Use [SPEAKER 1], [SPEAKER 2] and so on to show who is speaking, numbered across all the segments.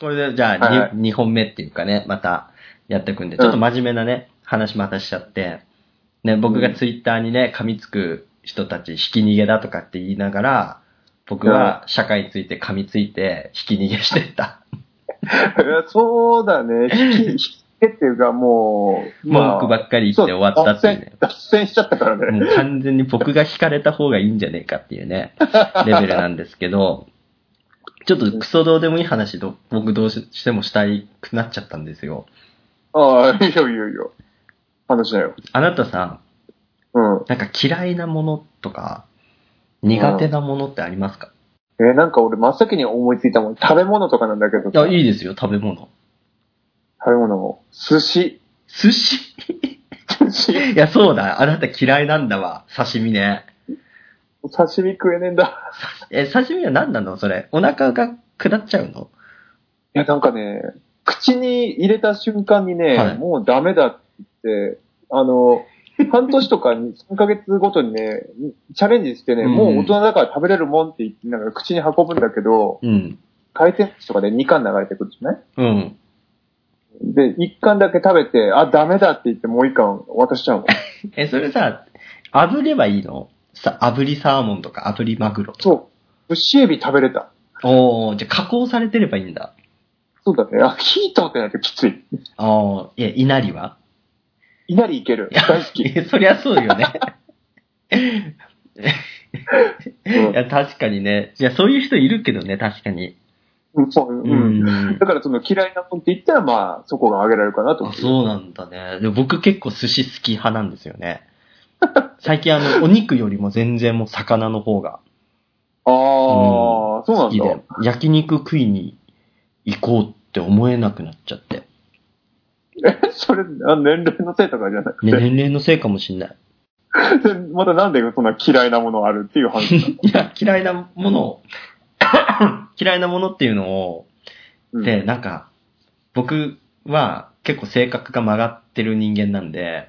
[SPEAKER 1] これで、じゃ
[SPEAKER 2] は
[SPEAKER 1] あ
[SPEAKER 2] い
[SPEAKER 1] 2、二本目っていうかね、またやってくんで、ちょっと真面目なね、話またしちゃって、ね、僕がツイッターにね、噛みつく人たち、引き逃げだとかって言いながら、僕は社会について噛みついて、引き逃げして た。
[SPEAKER 2] そうだ ね。引き、引き手っていうか、もう、
[SPEAKER 1] 文句ばっかり言って終わったっていうね。
[SPEAKER 2] そう脱線脱線しちゃったからね。
[SPEAKER 1] もう完全に僕が惹かれた方がいいんじゃねえかっていう ね、レベルなんですけど、ちょっとクソどうでもいい話ど、僕どうししてもしたいくなっちゃったんですよ。
[SPEAKER 2] ああ、いいよいいよいいよ。話だよ。
[SPEAKER 1] あなたさ、
[SPEAKER 2] うん。
[SPEAKER 1] なんか嫌いなものとか、苦手なものってありますか、
[SPEAKER 2] えーなんか俺真っ先に思いついたもん。食べ物とかなんだけど。
[SPEAKER 1] いや、いいですよ、食べ物。
[SPEAKER 2] 食べ物も。寿司。
[SPEAKER 1] 寿司
[SPEAKER 2] 寿司。
[SPEAKER 1] いや、そうだ、あなた嫌いなんだわ、刺身ね。
[SPEAKER 2] 刺身食えねえんだ。
[SPEAKER 1] え、刺身は何なのそれ。お腹が下っちゃうの
[SPEAKER 2] いや、なんかね、口に入れた瞬間にね、
[SPEAKER 1] はい
[SPEAKER 2] もうダメだって言って、あの、半年とかに3ヶ月ごとにね、チャレンジしてね、
[SPEAKER 1] うん
[SPEAKER 2] もう大人だから食べれるもんって言って、なんか口に運ぶんだけど、
[SPEAKER 1] うん。
[SPEAKER 2] 回転寿司とかで2巻流れてくるじゃない
[SPEAKER 1] うん。
[SPEAKER 2] で、1巻だけ食べて、あ、ダメだって言ってもう1巻渡しちゃう もん。
[SPEAKER 1] え、それさ、炙ればいいのさ、炙りサーモンとか炙りマグロとか
[SPEAKER 2] そう。牛エビ食べれた。
[SPEAKER 1] おー、じゃあ加工されてればいいんだ。
[SPEAKER 2] そうだね。あ、火通ってないときつい。
[SPEAKER 1] おー、いや、いなりは
[SPEAKER 2] 稲荷いける。大好き。
[SPEAKER 1] え そりゃそうよね。
[SPEAKER 2] うん
[SPEAKER 1] いや、確かにね。いや、そういう人いるけどね、確かに。
[SPEAKER 2] うん、そう、う。
[SPEAKER 1] うんん。
[SPEAKER 2] だからその嫌いなもんって言ったら、まあ、そこが挙げられるかなと思
[SPEAKER 1] あ
[SPEAKER 2] う。
[SPEAKER 1] そうなんだね。でも僕結構寿司好き派なんですよね。 最近あの、お肉よりも全然もう魚の方が
[SPEAKER 2] ああ、そうな
[SPEAKER 1] 好
[SPEAKER 2] ん
[SPEAKER 1] きで
[SPEAKER 2] だ。、
[SPEAKER 1] 焼肉食いに行こうって思えなくなっちゃって。
[SPEAKER 2] え、 それ、あ年齢のせいとかじゃなく
[SPEAKER 1] ね、
[SPEAKER 2] て、
[SPEAKER 1] 年齢のせいかもしんない。
[SPEAKER 2] またなんでそんな嫌いなものあるっていう話なの
[SPEAKER 1] いや、嫌いなもの を、嫌いなものっていうのを、
[SPEAKER 2] うん
[SPEAKER 1] で、なんか、僕は結構性格が曲がってる人間なんで、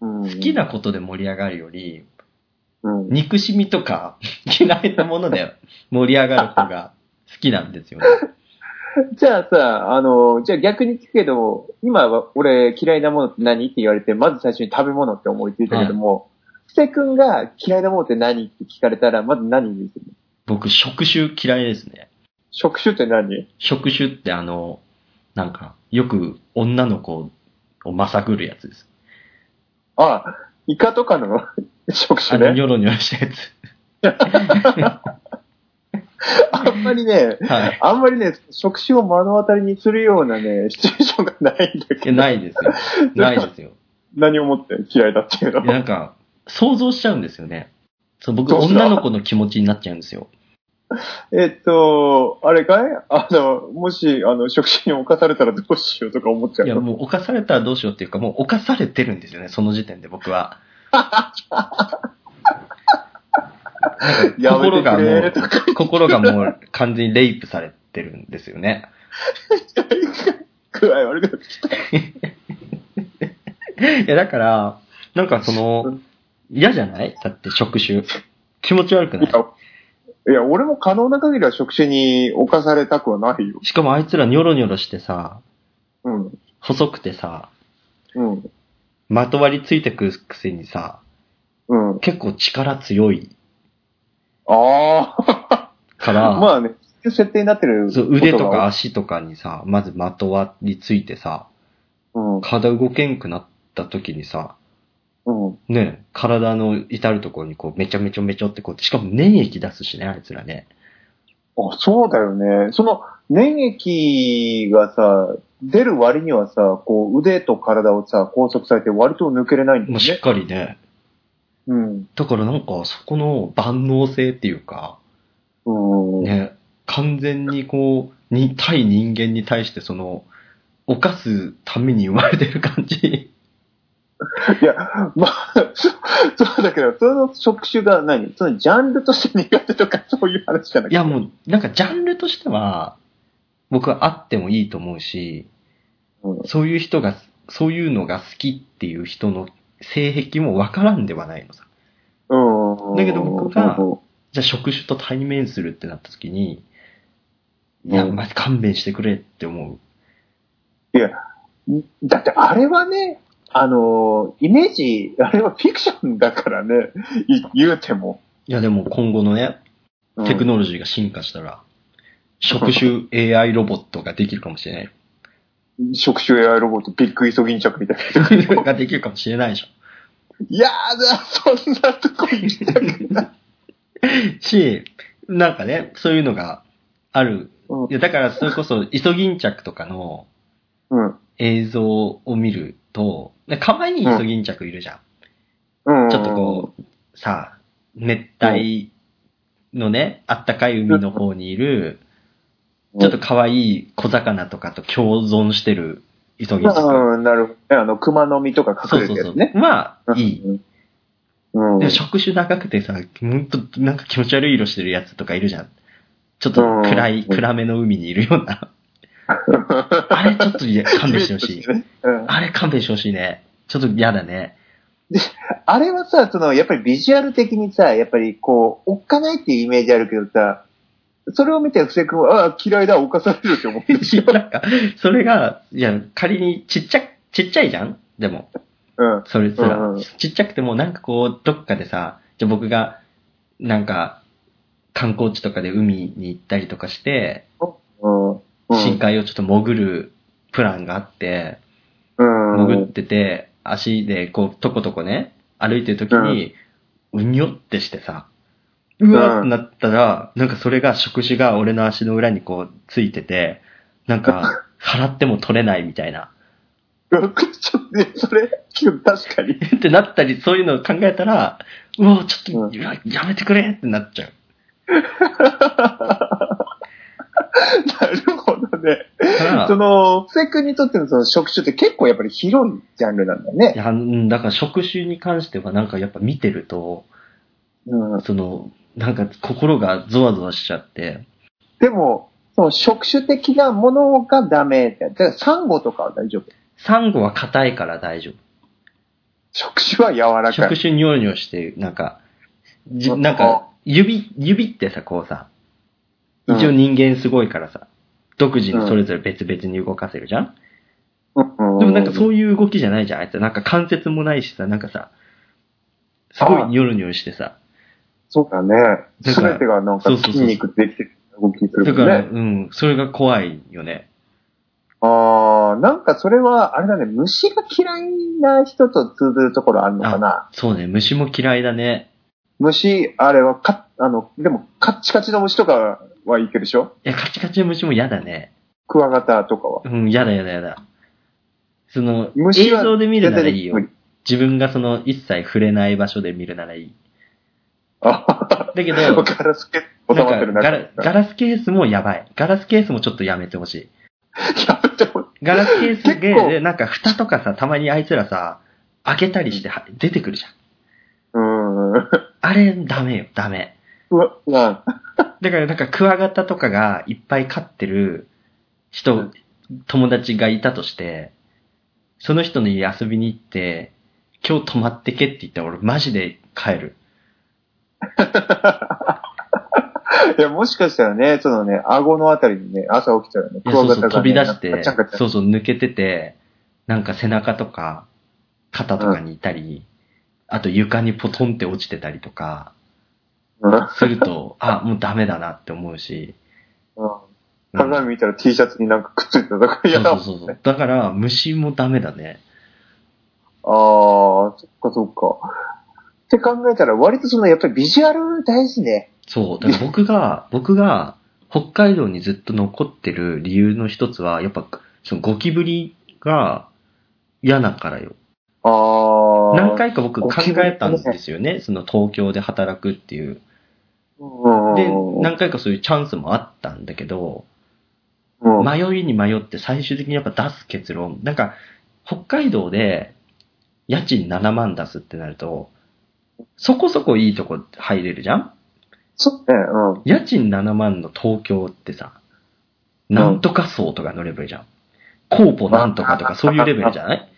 [SPEAKER 2] うん
[SPEAKER 1] 好きなことで盛り上がるより、
[SPEAKER 2] うん。
[SPEAKER 1] 憎しみとか 嫌いなもので盛り上がる方が好きなんですよね。
[SPEAKER 2] じゃあさ、あの、じゃあ逆に聞くけど、今は俺嫌いなものって何って言われて、まず最初に食べ物って思いついたけども、布施君が嫌いなものって何って聞かれたら、まず何にする
[SPEAKER 1] 僕、食種嫌いですね。
[SPEAKER 2] 職種って何
[SPEAKER 1] 食種ってあの、なんか、よく女の子をまさぐるやつです。
[SPEAKER 2] ああ、イカとかの 職
[SPEAKER 1] あ
[SPEAKER 2] 種
[SPEAKER 1] の、
[SPEAKER 2] ね。
[SPEAKER 1] ニョロニョロしたやつ。
[SPEAKER 2] あんまりね、
[SPEAKER 1] はい。
[SPEAKER 2] あんまりね、職種を目の当たりにするようなね、シチュエーションがないんだ
[SPEAKER 1] い
[SPEAKER 2] け
[SPEAKER 1] や
[SPEAKER 2] ど、
[SPEAKER 1] ないですよ。ないですよ。
[SPEAKER 2] 何をもって嫌いだっていうの
[SPEAKER 1] いやなんか、想像しちゃうんですよね。そう僕、
[SPEAKER 2] どうした
[SPEAKER 1] 女の子の気持ちになっちゃうんですよ。
[SPEAKER 2] えっと、あれかいあの、もし、あの、職種に侵されたらどうしようとか思っちゃ
[SPEAKER 1] いや、
[SPEAKER 2] う。
[SPEAKER 1] もう犯されたらどうしようっていうか、もう犯されてるんですよね、その時点で僕は。なんか
[SPEAKER 2] やめ
[SPEAKER 1] 心
[SPEAKER 2] て
[SPEAKER 1] が
[SPEAKER 2] く
[SPEAKER 1] も
[SPEAKER 2] れ
[SPEAKER 1] う
[SPEAKER 2] とか、
[SPEAKER 1] 心がもう完全にレイプされてるんですよね。
[SPEAKER 2] 具合悪くなってき
[SPEAKER 1] いや、だから、なんかその、嫌じゃないだって職種。気持ち悪くない
[SPEAKER 2] た。いや、俺も可能な限りは職種に侵されたくはないよ。
[SPEAKER 1] しかもあいつらニョロニョロしてさ、
[SPEAKER 2] うん。
[SPEAKER 1] 細くてさ、
[SPEAKER 2] うん。
[SPEAKER 1] まとわりついてくるくせにさ、
[SPEAKER 2] うん。
[SPEAKER 1] 結構力強い
[SPEAKER 2] あ
[SPEAKER 1] か
[SPEAKER 2] あ。
[SPEAKER 1] ら、
[SPEAKER 2] まあね、そういう設定になってる。
[SPEAKER 1] そう腕とか。足とかにさ、まずまとわりついてさ、
[SPEAKER 2] うん。
[SPEAKER 1] 体動けんくなった時にさ、
[SPEAKER 2] うん。
[SPEAKER 1] ね、体の至るところにこう、めちゃめちゃめちゃってこう、しかも粘液出すしね、あいつらね。
[SPEAKER 2] あ、そうだよね。その、粘液がさ、出る割にはさ、こう、腕と体をさ、拘束されて割と抜けれないんだ
[SPEAKER 1] も
[SPEAKER 2] よ
[SPEAKER 1] うしっ
[SPEAKER 2] ね。
[SPEAKER 1] かりね。
[SPEAKER 2] うん。
[SPEAKER 1] だからなんか、そこの万能性っていうか、
[SPEAKER 2] うん。
[SPEAKER 1] ね、完全にこう、に、対人間に対してその、犯すために生まれてる感じ。
[SPEAKER 2] いや、まあ、 そそうだけど、その職種が何そのジャンルとして苦手とかそういう話じゃなく
[SPEAKER 1] い
[SPEAKER 2] て。
[SPEAKER 1] やもう、なんかジャンルとしては、僕はあってもいいと思うし、
[SPEAKER 2] うん
[SPEAKER 1] そういう人が、そういうのが好きっていう人の性癖もわからんではないのさ。
[SPEAKER 2] うん。
[SPEAKER 1] だけど僕が
[SPEAKER 2] うん
[SPEAKER 1] じゃあ職種と対面するってなった時に、いや、
[SPEAKER 2] うん
[SPEAKER 1] ま、勘弁してくれって思う。
[SPEAKER 2] いや、だってあれはね、あのーイメージ、あれはフィクションだからね、い言うても。
[SPEAKER 1] いや、でも今後のね、
[SPEAKER 2] うん
[SPEAKER 1] テクノロジーが進化したら、職種 AI ロボットができるかもしれ ない。
[SPEAKER 2] 触手 AI ロボット、ビッグイソギンチャクみたいな。
[SPEAKER 1] ができるかもしれないでしょ。
[SPEAKER 2] いやー、そんなとこ行きたくない。
[SPEAKER 1] し、なんかね、そういうのがある。
[SPEAKER 2] うん
[SPEAKER 1] いや、だからそれこそ、イソギンチャクとかの
[SPEAKER 2] うん。
[SPEAKER 1] 映像を見ると、で可愛いイソギンチャクいるじゃん。
[SPEAKER 2] うん。
[SPEAKER 1] ちょっとこう、さあ、熱帯のね、あったかい海の方にいる、
[SPEAKER 2] うん、
[SPEAKER 1] ちょっと可愛い小魚とかと共存してるイソギンチャク。
[SPEAKER 2] うん、なるほど。あの、熊の実とか
[SPEAKER 1] そ
[SPEAKER 2] 隠
[SPEAKER 1] う
[SPEAKER 2] れ
[SPEAKER 1] そ
[SPEAKER 2] て
[SPEAKER 1] う
[SPEAKER 2] る
[SPEAKER 1] そ
[SPEAKER 2] や
[SPEAKER 1] う。
[SPEAKER 2] つね。
[SPEAKER 1] まあ、いい。
[SPEAKER 2] うん。うん
[SPEAKER 1] でも触手長くてさ、ほんとなんか気持ち悪い色してるやつとかいるじゃん。ちょっと暗い、
[SPEAKER 2] うん
[SPEAKER 1] 暗めの海にいるよう な。あれちょっといや勘弁してほしい。
[SPEAKER 2] うん
[SPEAKER 1] あれ勘弁してほしいね。ちょっと嫌だ ね。
[SPEAKER 2] あれはさ、その、やっぱりビジュアル的にさ、やっぱりこう、おっかないっていうイメージあるけどさ、それを見て布施君は、ああ、嫌いだ、犯されるって思ってしまう。
[SPEAKER 1] なんか、それが、いや、仮にちっちゃ、ちっちゃいじゃんでも。
[SPEAKER 2] うん。
[SPEAKER 1] それすら、
[SPEAKER 2] うんうん
[SPEAKER 1] ちっちゃくてもなんかこう、どっかでさ、じゃあ僕が、なんか、観光地とかで海に行ったりとかして、
[SPEAKER 2] うん。う
[SPEAKER 1] 深
[SPEAKER 2] ん。
[SPEAKER 1] 海をちょっと潜るプランがあって、
[SPEAKER 2] うん。
[SPEAKER 1] 潜ってて、足でこう、とことこね、歩いてる時に、うにょってしてさ、うわってなったら、なんかそれが触手が俺の足の裏にこう、ついてて、なん か、払っても取れないみたいな。
[SPEAKER 2] うんちょっとね、それ、確かに。
[SPEAKER 1] ってなったり、そういうのを考えたら、うわ、ちょっ
[SPEAKER 2] う
[SPEAKER 1] と、ややめてくれってなっちゃう。
[SPEAKER 2] なるほどね。
[SPEAKER 1] だ から
[SPEAKER 2] その、布施君にとってのその職種って結構やっぱり広いジャンルなんだ
[SPEAKER 1] い
[SPEAKER 2] ね。
[SPEAKER 1] や、うんだから職種に関してはなんかやっぱ見てると、
[SPEAKER 2] うん。
[SPEAKER 1] その、なんか心がゾワゾワしちゃって、
[SPEAKER 2] でも、その職種的なものがダメだ。だからサンゴとかは大丈夫。
[SPEAKER 1] サンゴは硬いから大丈
[SPEAKER 2] 職種は柔
[SPEAKER 1] 夫。
[SPEAKER 2] らか
[SPEAKER 1] 触
[SPEAKER 2] い。
[SPEAKER 1] 手にょろにょろして、なんか、じ
[SPEAKER 2] あ
[SPEAKER 1] なんか、指、指ってさ、こうさ、
[SPEAKER 2] うん
[SPEAKER 1] 一応人間すごいからさ、独自にそれぞれ別々に動かせるじゃん、
[SPEAKER 2] うん
[SPEAKER 1] でもなんかそういう動きじゃないじゃんあいつなんか関節もないしさ、なんかさ、すごいニョロニョロしてさ、
[SPEAKER 2] そうだね。
[SPEAKER 1] だ
[SPEAKER 2] す
[SPEAKER 1] から
[SPEAKER 2] べてがなんか
[SPEAKER 1] そうそうそう
[SPEAKER 2] 筋肉できてる動きする
[SPEAKER 1] だ
[SPEAKER 2] も
[SPEAKER 1] か
[SPEAKER 2] ん
[SPEAKER 1] ら、
[SPEAKER 2] ね。
[SPEAKER 1] うん、それが怖いよね。
[SPEAKER 2] ああ、なんかそれは、あれだね、虫が嫌いな人と通ずるところあるのかな。
[SPEAKER 1] そうね、虫も嫌いだね。
[SPEAKER 2] 虫、あれはか、あの、でもカッチカチの虫とかはいけるでしょ
[SPEAKER 1] いや、カチカチの虫も嫌だね。
[SPEAKER 2] クワガタとかは。
[SPEAKER 1] うん、嫌だ嫌だ嫌だ。その、映
[SPEAKER 2] 虫は
[SPEAKER 1] 像で見るならいいよ
[SPEAKER 2] 絶対無。理
[SPEAKER 1] 自分がその、一切触れない場所で見るならいい。
[SPEAKER 2] あ
[SPEAKER 1] だけど、
[SPEAKER 2] ガ
[SPEAKER 1] なんか
[SPEAKER 2] ラスケ収まってるな。
[SPEAKER 1] ガラガラスケースもやばい。ガラスケースもちょっとやめてほしい。
[SPEAKER 2] やめてほしい
[SPEAKER 1] ガラスケース
[SPEAKER 2] 結構
[SPEAKER 1] で、なんか蓋とかさ、たまにあいつらさ、開けたりしては出てくるじゃん。
[SPEAKER 2] うーん。
[SPEAKER 1] あれ、ダメよ、ダメ。
[SPEAKER 2] うわ、な
[SPEAKER 1] だからなんかクワガタとかがいっぱい飼ってる
[SPEAKER 2] う
[SPEAKER 1] 人
[SPEAKER 2] ん、
[SPEAKER 1] 友達がいたとして、その人の家遊びに行って、今日泊まってけって言ったら俺マジで帰る。
[SPEAKER 2] いや、もしかしたらね、そのね、顎のあたりにね、朝起きたらね、
[SPEAKER 1] い
[SPEAKER 2] ク
[SPEAKER 1] やそ
[SPEAKER 2] ワ
[SPEAKER 1] う
[SPEAKER 2] ガ
[SPEAKER 1] そう、
[SPEAKER 2] タ
[SPEAKER 1] 飛
[SPEAKER 2] が、
[SPEAKER 1] び
[SPEAKER 2] ね、
[SPEAKER 1] 出して
[SPEAKER 2] ガチャンガチャン、
[SPEAKER 1] そうそう、抜けてて、なんか背中とか、肩とかにいたり、あと床にポトンって落ちてたりとか、
[SPEAKER 2] うん
[SPEAKER 1] する と、あ、もうダメだなって思うし。
[SPEAKER 2] うん
[SPEAKER 1] うん
[SPEAKER 2] 鏡見たら T シャツになんかくっついてただか
[SPEAKER 1] そう
[SPEAKER 2] ら、いや、
[SPEAKER 1] そうそうそう。だから、虫もダメだね。
[SPEAKER 2] ああ、そっかそっか。って考えたら、割とその、やっぱりビジュアル大事ね。
[SPEAKER 1] そう。だから僕が、 僕が、北海道にずっと残ってる理由の一つは、やっぱ、そのゴキブリが嫌だからよ。
[SPEAKER 2] ああ。
[SPEAKER 1] 何回か僕
[SPEAKER 2] ゴ
[SPEAKER 1] 考
[SPEAKER 2] キブリ
[SPEAKER 1] えたんですよね。その東京で働くっていう。
[SPEAKER 2] うん
[SPEAKER 1] で、何回かそういうチャンスもあったんだけど、
[SPEAKER 2] うん
[SPEAKER 1] 迷いに迷って最終的にやっぱ出す結論。なんか、北海道で家賃7万出すってなると、そこそこいいとこ入れるじゃん
[SPEAKER 2] そうね、うん。
[SPEAKER 1] 家賃7万の東京ってさ、なんとか層とかのレベルじゃん。コーポなんとかとかそういうレベルじゃない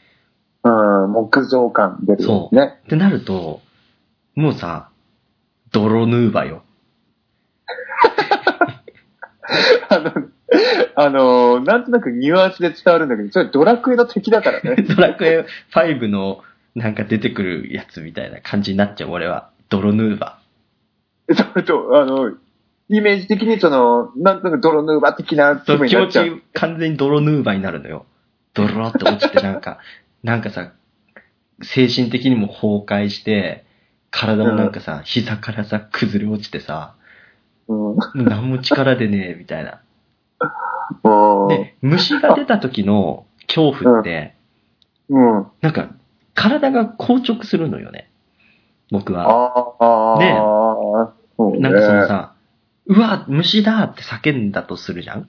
[SPEAKER 2] うん、木造感出るよね。
[SPEAKER 1] ってなると、もうさ、泥ヌーバよ。
[SPEAKER 2] あの、あの、なんとなくニュアンスで伝わるんだけど、それドラクエの敵だからね。
[SPEAKER 1] ドラクエ5のなんか出てくるやつみたいな感じになっちゃう、俺は。ドロヌーバ。
[SPEAKER 2] それと、あの、イメージ的にその、なんとなくドロヌーバ的な気
[SPEAKER 1] そう
[SPEAKER 2] 分に
[SPEAKER 1] 気
[SPEAKER 2] な
[SPEAKER 1] 持
[SPEAKER 2] っち
[SPEAKER 1] ち
[SPEAKER 2] ゃう。、
[SPEAKER 1] 完全に泥ヌーバーになるのよ。ドロロって落ちて、なんか、 なんかさ、精神的にも崩壊して、体もなんかさ、膝からさ、崩れ落ちてさ、
[SPEAKER 2] うん
[SPEAKER 1] もう何も力でねえ、みたいな。
[SPEAKER 2] うん
[SPEAKER 1] で、虫が出た時の恐怖って、
[SPEAKER 2] うん。
[SPEAKER 1] なんか、体が硬直するのよね。僕は。
[SPEAKER 2] ああ。
[SPEAKER 1] で
[SPEAKER 2] そうね
[SPEAKER 1] なんかそのさ、うわ、虫だって叫んだとするじゃん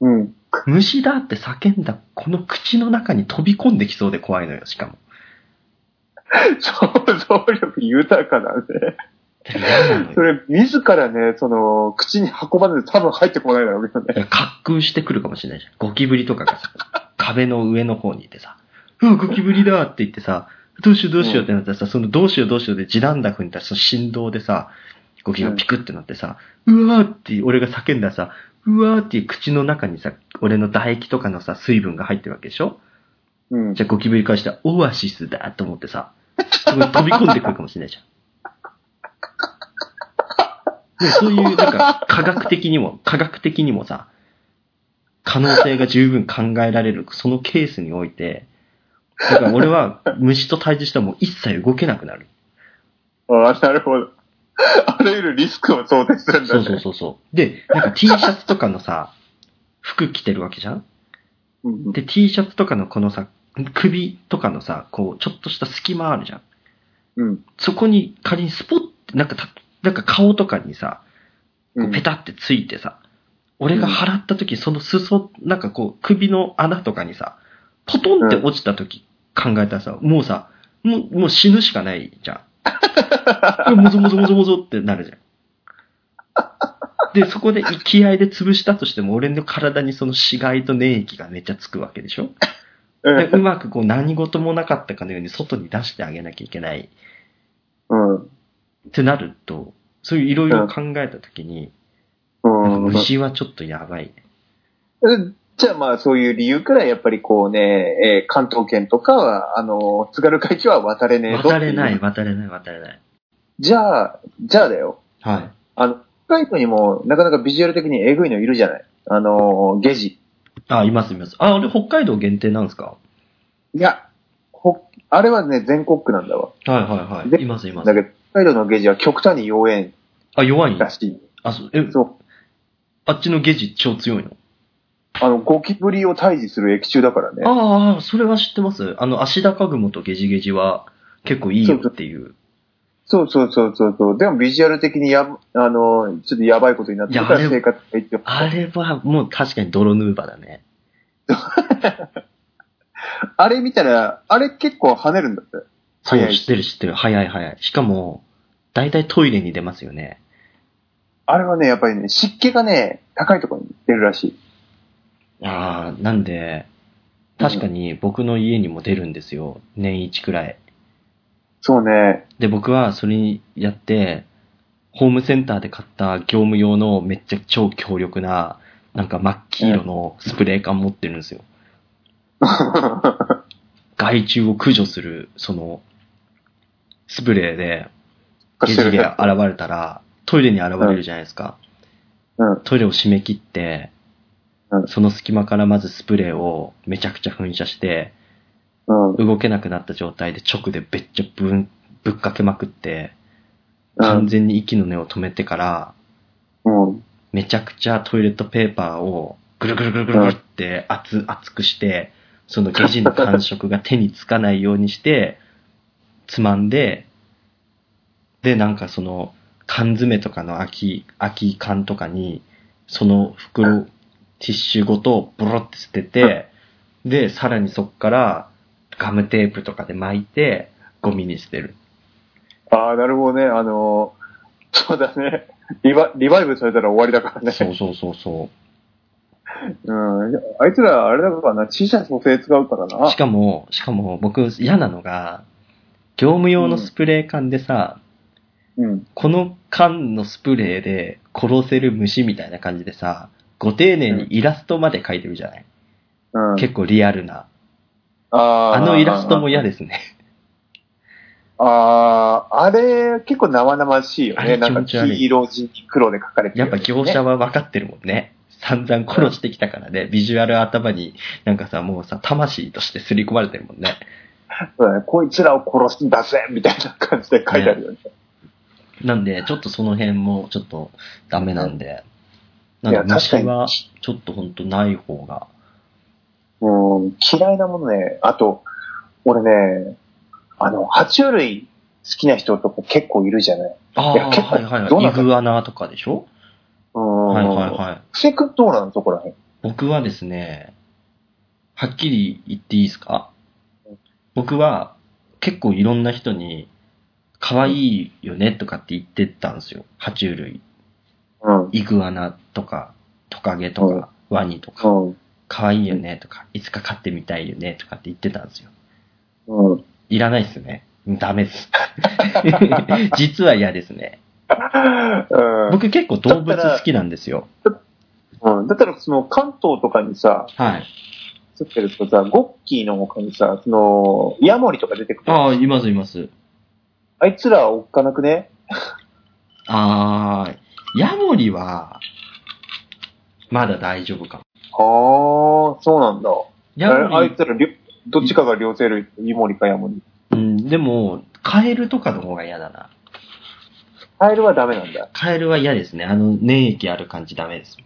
[SPEAKER 2] うん。
[SPEAKER 1] 虫だって叫んだ、この口の中に飛び込んできそうで怖いのよ、しかも。
[SPEAKER 2] 想像力豊かだね。
[SPEAKER 1] 嫌なのよ
[SPEAKER 2] それ、自らね、その、口に運ばないと多分入ってこないだろうけどね。
[SPEAKER 1] 滑空してくるかもしれないじゃん。ゴキブリとかがさ、壁の上の方にいてさ、うわ、ゴキブリだって言ってさ、どうしようどうしようってなったらさ、そのどうしようどうしようで地団濁にたその振動でさ、ゴキがピクってなってさ、うわーって俺が叫んだらさ、うわーっていう口の中にさ、俺の唾液とかのさ、水分が入ってるわけでしょ
[SPEAKER 2] うん
[SPEAKER 1] じ。ゃあゴキブリからしたらオアシスだと思ってさ、そこに飛び込んでくるかもしれないじゃん。でそういう、なんか、科学的にも、科学的にもさ、可能性が十分考えられる、そのケースにおいて、だから俺は虫と対峙したらもう一切動けなくなる。
[SPEAKER 2] ああ、なるほど。 あらゆるリスクを想定するんだ
[SPEAKER 1] そ
[SPEAKER 2] ね。
[SPEAKER 1] うそうそうそう。で、なんか T シャツとかのさ、服着てるわけじゃん
[SPEAKER 2] うん
[SPEAKER 1] で、T シャツとかのこのさ、首とかのさ、こう、ちょっとした隙間あるじゃん
[SPEAKER 2] うん。
[SPEAKER 1] そこに仮にスポッて、なんかた、なんか顔とかにさ、
[SPEAKER 2] う
[SPEAKER 1] こ
[SPEAKER 2] ん
[SPEAKER 1] うペタってついてさ、俺が払った時、その裾、なんかこう、首の穴とかにさ、ポトンって落ちた時考えたらさ、もうさ、もう、もう死ぬしかないじゃ ん。もぞもぞもぞもぞってなるじゃん。で、そこで気合で潰したとしても、俺の体にその死骸と粘液がめっちゃつくわけでしょ
[SPEAKER 2] う
[SPEAKER 1] で
[SPEAKER 2] ん
[SPEAKER 1] うまくこう何事もなかったかのように外に出してあげなきゃいけない。
[SPEAKER 2] うん。
[SPEAKER 1] ってなると、そういういろいろ考えたときに、
[SPEAKER 2] うん。
[SPEAKER 1] 虫はちょっとやばい。
[SPEAKER 2] うんじゃあまあそういう理由からやっぱりこうね、えー関東圏とかは、あの、津軽海峡は渡れねえぞってう
[SPEAKER 1] 渡れない、。渡れない、渡れない。
[SPEAKER 2] じゃあ、じゃあだよ。
[SPEAKER 1] はい。
[SPEAKER 2] あの、北海道にもなかなかビジュアル的にエグいのいるじゃないあの、ゲジ。
[SPEAKER 1] あ、います、います。あ、あれ北海道限定なんですか
[SPEAKER 2] いや、ほ、あれはね、全国区なんだわ。
[SPEAKER 1] はい、はい、は
[SPEAKER 2] で
[SPEAKER 1] い。います、います。
[SPEAKER 2] だけど、北海道のゲジは極端に妖艶
[SPEAKER 1] あ、弱いん
[SPEAKER 2] ら
[SPEAKER 1] だ。
[SPEAKER 2] しい。
[SPEAKER 1] あ、そう、え、
[SPEAKER 2] そう。
[SPEAKER 1] あっちのゲジ超強いの
[SPEAKER 2] あの、ゴキブリを退治する液中だからね。
[SPEAKER 1] ああ、それは知ってます。あの、足高雲とゲジゲジは結構いいよっていう。
[SPEAKER 2] そうそうそうそうそう。でもビジュアル的にやば、あの、ちょっとやばいことになってるか
[SPEAKER 1] いや
[SPEAKER 2] ら
[SPEAKER 1] あれ
[SPEAKER 2] 生活が一応。
[SPEAKER 1] あれはもう確かに泥ヌーバだね。
[SPEAKER 2] あれ見たら、あれ結構跳ねるんだって。
[SPEAKER 1] そう
[SPEAKER 2] 早、い
[SPEAKER 1] 知ってる、知ってる。早い、早い。しかも、だいたいトイレに出ますよね。
[SPEAKER 2] あれはね、やっぱりね、湿気がね、高いところに出るらしい。
[SPEAKER 1] ああ、なんで、確かに僕の家にも出るんですよ。年一くらい。
[SPEAKER 2] そ うね。
[SPEAKER 1] で、僕はそれにやって、ホームセンターで買った業務用のめっちゃ超強力な、なんか真っ黄色のスプレー缶持ってるんですよ。害虫を駆除する、その、スプレーで、ゲジゲが現れたら、トイレに現れるじゃないですか。
[SPEAKER 2] うん
[SPEAKER 1] トイレを締め切って、
[SPEAKER 2] うん
[SPEAKER 1] その隙間からまずスプレーをめちゃくちゃ噴射して、
[SPEAKER 2] うん。うん。
[SPEAKER 1] 動けなくなった状態で直でべっちゃぶんぶっかけまくって、
[SPEAKER 2] うん
[SPEAKER 1] 完全に息の根を止めてから、
[SPEAKER 2] うん。
[SPEAKER 1] めちゃくちゃトイレットペーパーをぐるぐるぐるぐるって熱、熱くして、そのゲジの感触が手につかないようにして、つまんで、で、なんかその、缶詰とかの空き、空き缶とかに、その
[SPEAKER 2] う
[SPEAKER 1] 袋、ティッシュごとボロって捨てて、で、さらにそっからガムテープとかで巻いて、ゴミに捨てる。
[SPEAKER 2] ああ、なるほどね。あのーそうだね。リバリバイブされたら終わりだからね。
[SPEAKER 1] そうそうそうそう。
[SPEAKER 2] うん。あいつら、あれだからな、死者蘇生使うからな
[SPEAKER 1] し。かも、しかも僕嫌なのが、業務用のスプレー缶でさ、
[SPEAKER 2] うん。
[SPEAKER 1] この缶のスプレーで殺せる虫みたいな感じでさ、ご丁寧にイラストまで描いてるじゃない、
[SPEAKER 2] うん。
[SPEAKER 1] 結構リアルな。
[SPEAKER 2] あ
[SPEAKER 1] あ
[SPEAKER 2] ー
[SPEAKER 1] のイラストも嫌ですね。
[SPEAKER 2] ああ、あれ、結構生々しいよ
[SPEAKER 1] あれ
[SPEAKER 2] ね。なんか
[SPEAKER 1] 気持ち悪い
[SPEAKER 2] 黄色地に黒で書かれてる、
[SPEAKER 1] やっぱ業者は分かってるもんね。散々殺してきたからね、ビジュアル頭に、なんかさ、もうさ、魂として刷り込まれてるもんね。
[SPEAKER 2] そうだね。こいつらを殺すんだぜみたいな感じで書いてあるよね。
[SPEAKER 1] なんで、ちょっとその辺もちょっとダメなんで、ない
[SPEAKER 2] や
[SPEAKER 1] んか虫
[SPEAKER 2] 確か
[SPEAKER 1] は
[SPEAKER 2] に
[SPEAKER 1] ちょっとほんとない方が。
[SPEAKER 2] うん、嫌いなものね。あと、俺ね、あの、爬虫類好きな人とか結構いるじゃない。
[SPEAKER 1] ああ、
[SPEAKER 2] いや結構
[SPEAKER 1] はいはい
[SPEAKER 2] どう
[SPEAKER 1] は。
[SPEAKER 2] ない
[SPEAKER 1] イ
[SPEAKER 2] んだ
[SPEAKER 1] グアナとかでしょ
[SPEAKER 2] うん。
[SPEAKER 1] はいはいはい。
[SPEAKER 2] 布施君どうなのそこら辺。
[SPEAKER 1] 僕はですね、はっきり言っていいですか僕は結構いろんな人に、可愛いよねとかって言ってたんですよ。爬虫類。
[SPEAKER 2] うん。
[SPEAKER 1] イグアナとか、トカゲとか、ワニとか、
[SPEAKER 2] うん。
[SPEAKER 1] 可愛いよねとか、いつか飼ってみたいよねとかって言ってたんですよ。
[SPEAKER 2] うん。
[SPEAKER 1] いらないっすね。ダメ です。実は嫌ですね。
[SPEAKER 2] うん
[SPEAKER 1] 僕結構動物好きなんですよ。
[SPEAKER 2] うん。だったら、その、関東とかにさ、
[SPEAKER 1] はい。
[SPEAKER 2] 住ってるとさ、ゴッキーの他にさ、その、ヤモリとか出てくる。
[SPEAKER 1] ああ、いますいます。
[SPEAKER 2] あいつら追っかなくね
[SPEAKER 1] ああ、ヤモリは、まだ大丈夫かも。
[SPEAKER 2] ああ、そうなんだ。
[SPEAKER 1] ヤ
[SPEAKER 2] あ
[SPEAKER 1] モ
[SPEAKER 2] あ
[SPEAKER 1] リ
[SPEAKER 2] い、つらりょ、どっちかが両生類、イモリかヤモリ。
[SPEAKER 1] うん、でも、カエルとかの方が嫌だな。
[SPEAKER 2] カエルはダメなんだ。
[SPEAKER 1] カエルは嫌ですね。あの、粘液ある感じダメです。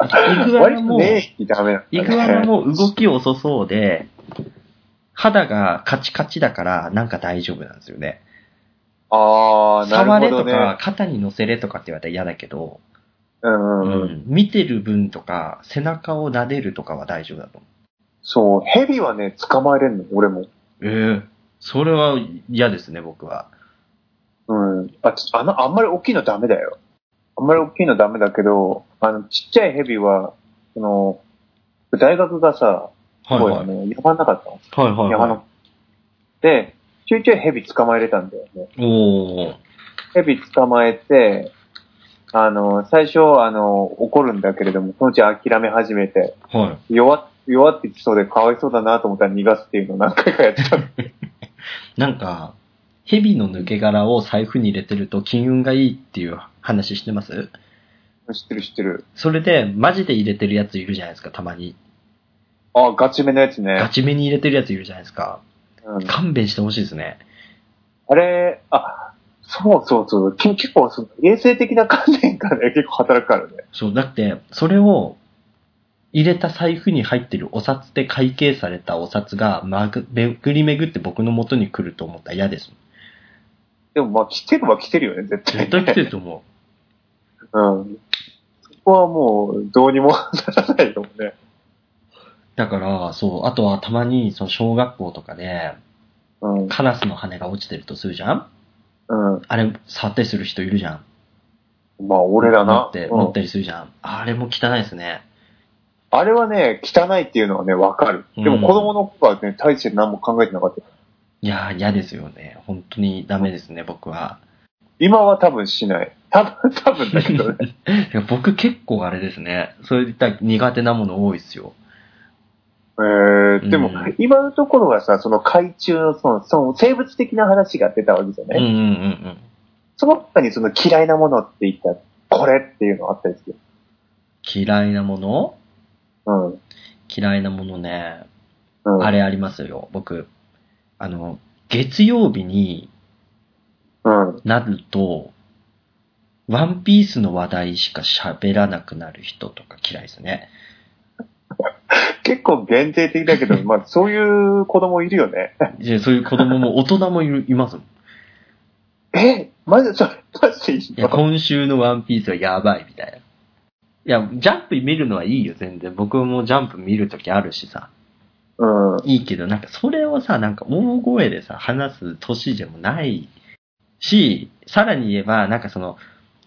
[SPEAKER 1] イグア
[SPEAKER 2] 割
[SPEAKER 1] ナ
[SPEAKER 2] と
[SPEAKER 1] も、
[SPEAKER 2] ね、ダメなんだ、ね。
[SPEAKER 1] イグアナも動き遅そうで、肌がカチカチだから、なんか大丈夫なんですよね。
[SPEAKER 2] ああ、
[SPEAKER 1] 触
[SPEAKER 2] な
[SPEAKER 1] れ
[SPEAKER 2] る
[SPEAKER 1] と
[SPEAKER 2] ほどね。
[SPEAKER 1] か、肩に乗せれとかって言われたら嫌だけど、
[SPEAKER 2] うんうんう。
[SPEAKER 1] うんん見てる分とか、背中を撫でるとかは大丈夫だと思
[SPEAKER 2] そう、ヘビはね、捕まえれんの、俺も。
[SPEAKER 1] う。ええそれは嫌ですね、僕は。
[SPEAKER 2] うん。あ、ちあの、あんまり大きいのダメだよ。あんまり大きいのダメだけど、あの、ちっちゃいヘビは、その、大学がさ、す
[SPEAKER 1] はい
[SPEAKER 2] ごい、
[SPEAKER 1] は
[SPEAKER 2] あ
[SPEAKER 1] い。はい
[SPEAKER 2] の、山の中だったの。
[SPEAKER 1] はい、
[SPEAKER 2] 山
[SPEAKER 1] は
[SPEAKER 2] の。で、ちょいちょいヘビ捕まえれたんだよね。
[SPEAKER 1] い。おー。
[SPEAKER 2] ヘビ捕まえて、あの、最初、あの、怒るんだけれども、そのうち諦め始めて、
[SPEAKER 1] はい。
[SPEAKER 2] 弱っ、弱ってきそうでかわいそうだなと思ったら逃がすっていうのを何回かやってた。
[SPEAKER 1] なんか、蛇の抜け殻を財布に入れてると金運がいいっていう話してます
[SPEAKER 2] 知ってる知ってる。
[SPEAKER 1] それで、マジで入れてるやついるじゃないですか、たまに。
[SPEAKER 2] あ、ガチめのやつ
[SPEAKER 1] ガ
[SPEAKER 2] ね。
[SPEAKER 1] チめに入れてるやついるじゃないですか。
[SPEAKER 2] うん、
[SPEAKER 1] 勘弁してほしいですね。
[SPEAKER 2] あれ、あ、そうそうそう。け結構その、衛生的な観念からね、 結構働くからね。
[SPEAKER 1] そう、だって、それを入れた財布に入ってるお札で会計されたお札がまぐ、巡り巡って僕の元に来ると思ったら嫌です。
[SPEAKER 2] でもまあ、来てるは来てるよね、絶対。
[SPEAKER 1] 絶対来てると思
[SPEAKER 2] うん。そこはもう、どうにもならないよね。
[SPEAKER 1] う。だから、そう、あとはたまに、その小学校とかで、
[SPEAKER 2] うん。
[SPEAKER 1] カラスの羽が落ちてるとするじゃん
[SPEAKER 2] うん。
[SPEAKER 1] あれ、触ったりする人いるじゃん
[SPEAKER 2] まあ、俺ら
[SPEAKER 1] 持
[SPEAKER 2] な。
[SPEAKER 1] って、
[SPEAKER 2] うん
[SPEAKER 1] 持ったりするじゃんあれも汚いですね。
[SPEAKER 2] あれはね、汚いっていうのはね、わかる。で
[SPEAKER 1] うん
[SPEAKER 2] も子供の子はね、大して何も考えてなかった。
[SPEAKER 1] いやー、嫌ですよね。本当にダメですね、僕は。
[SPEAKER 2] 今は多分しない。多分、 多分だけど ね。
[SPEAKER 1] いや僕結構あれですね。そういった苦手なもの多いですよ。
[SPEAKER 2] えー、でも、
[SPEAKER 1] うん
[SPEAKER 2] 今のところはさ、その海中のその、その生物的な話が出たわけじゃ
[SPEAKER 1] う
[SPEAKER 2] なん
[SPEAKER 1] う
[SPEAKER 2] い、
[SPEAKER 1] んうんうん。
[SPEAKER 2] その他にその嫌いなものって言ったら、これっていうのあったりする。
[SPEAKER 1] 嫌いなもの
[SPEAKER 2] うん。うん。
[SPEAKER 1] 嫌いなものね。あ
[SPEAKER 2] あ
[SPEAKER 1] れありますよ、僕。あの、月曜日に
[SPEAKER 2] うん。
[SPEAKER 1] なると、ワンピースの話題しか喋らなくなる人とか嫌いです ね。
[SPEAKER 2] 結構限定的だ けど、まあ、そういう子供いるよね。
[SPEAKER 1] でそういう子供も大人もいるい ますもん。
[SPEAKER 2] えマジで、そ れ、マジでいい
[SPEAKER 1] いや、
[SPEAKER 2] の
[SPEAKER 1] 今週のワンピースはやばいみたいな。いや、ジャンプ見るのはいいよ、全然。僕もジャンプ見るときあるしさ。
[SPEAKER 2] うん。
[SPEAKER 1] いいけど、なんかそれをさ、なんか大声でさ、話す年でもないし、さらに言えば、なんかその、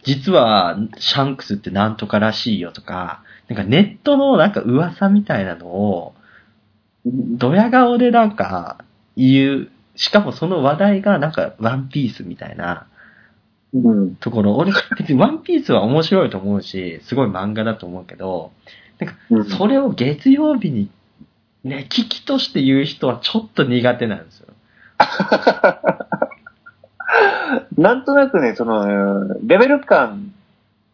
[SPEAKER 1] 実はシャンクスってなんとからしいよとか、なんかネットのなんか噂みたいなのを、ドヤ顔でなんか言うしかもその話題がなんかワンピースみたいな
[SPEAKER 2] うん。
[SPEAKER 1] ところ、俺別にワンピースは面白いと思うし、すごい漫画だと思うけど、
[SPEAKER 2] うん。
[SPEAKER 1] それを月曜日にね、危機として言う人はちょっと苦手なんですよ。
[SPEAKER 2] なんとなくね、その、レベル感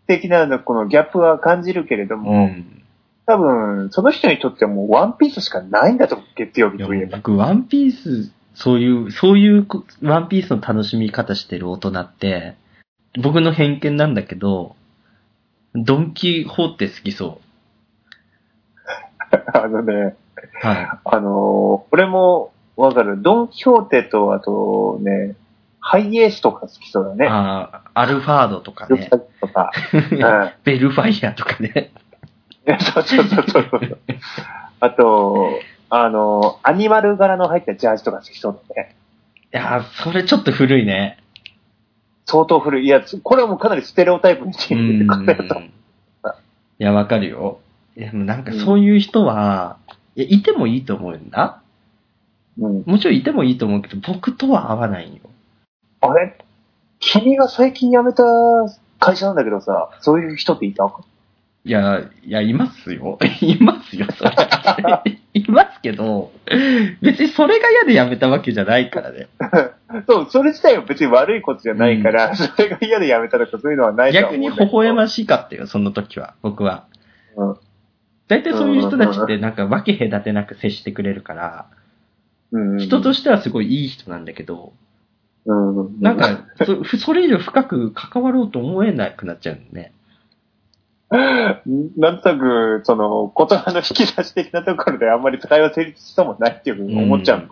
[SPEAKER 2] 的なの、このギャップは感じるけれども、
[SPEAKER 1] ん。
[SPEAKER 2] 多分、その人にとってはもうワンピースしかないんだと思う、月曜日
[SPEAKER 1] いや
[SPEAKER 2] と
[SPEAKER 1] も
[SPEAKER 2] いえ
[SPEAKER 1] う
[SPEAKER 2] ば。
[SPEAKER 1] 僕、ワンピース、そういう、そういうこワンピースの楽しみ方してる大人って、僕の偏見なんだけど、ドンキホーテ好きそ
[SPEAKER 2] あのね、
[SPEAKER 1] う。は
[SPEAKER 2] あのー、俺もわかる。ドン・キホーテと、あとね、ハイエースとか好きそうだ
[SPEAKER 1] い。
[SPEAKER 2] ね。
[SPEAKER 1] あーアルファードとか
[SPEAKER 2] ル
[SPEAKER 1] ね
[SPEAKER 2] フタ、とか。うん。
[SPEAKER 1] ベルファイアとかね。
[SPEAKER 2] そうそうそうそうそう。あと、あのー、アニマル柄の入ったジャージとか好きそうだね。
[SPEAKER 1] いやーそれちょっと古いね。
[SPEAKER 2] 相当古い。いや、これはもうかなりステレオタイプに
[SPEAKER 1] う
[SPEAKER 2] 近い
[SPEAKER 1] ん
[SPEAKER 2] 考えると。。
[SPEAKER 1] いや、わかるよ。いや、でもなんかそういう人は、いや、いてもいいと思うんだ。
[SPEAKER 2] うん。
[SPEAKER 1] もちろんいてもいいと思うけど、僕とは合わないよ。
[SPEAKER 2] あれ君が最近辞めた会社なんだけどさ、そういう人っていた
[SPEAKER 1] いや、いや、いますよ。 いますよ、そ れ。いますけど、別にそれが嫌でやめたわけじゃないからね。
[SPEAKER 2] そう、それ自体は別に悪いことじゃないから、それが嫌でやめたとかそういうのはないとは
[SPEAKER 1] 逆
[SPEAKER 2] 思うん
[SPEAKER 1] に
[SPEAKER 2] だけ
[SPEAKER 1] 微
[SPEAKER 2] ど
[SPEAKER 1] 笑ましかったよ、その時は、僕は。
[SPEAKER 2] うん
[SPEAKER 1] 大体そういう人たちってなんか分け隔てなく接してくれるから、
[SPEAKER 2] うん
[SPEAKER 1] 人としてはすごいいい人なんだけど、
[SPEAKER 2] うん、
[SPEAKER 1] なん、か、そそれ以上深く関わろうと思えなくなっちゃうのね。
[SPEAKER 2] なんとなく、その、言葉の引き出し的なところであんまり使いは成立しそうもないっていうふうに思っちゃう。
[SPEAKER 1] ん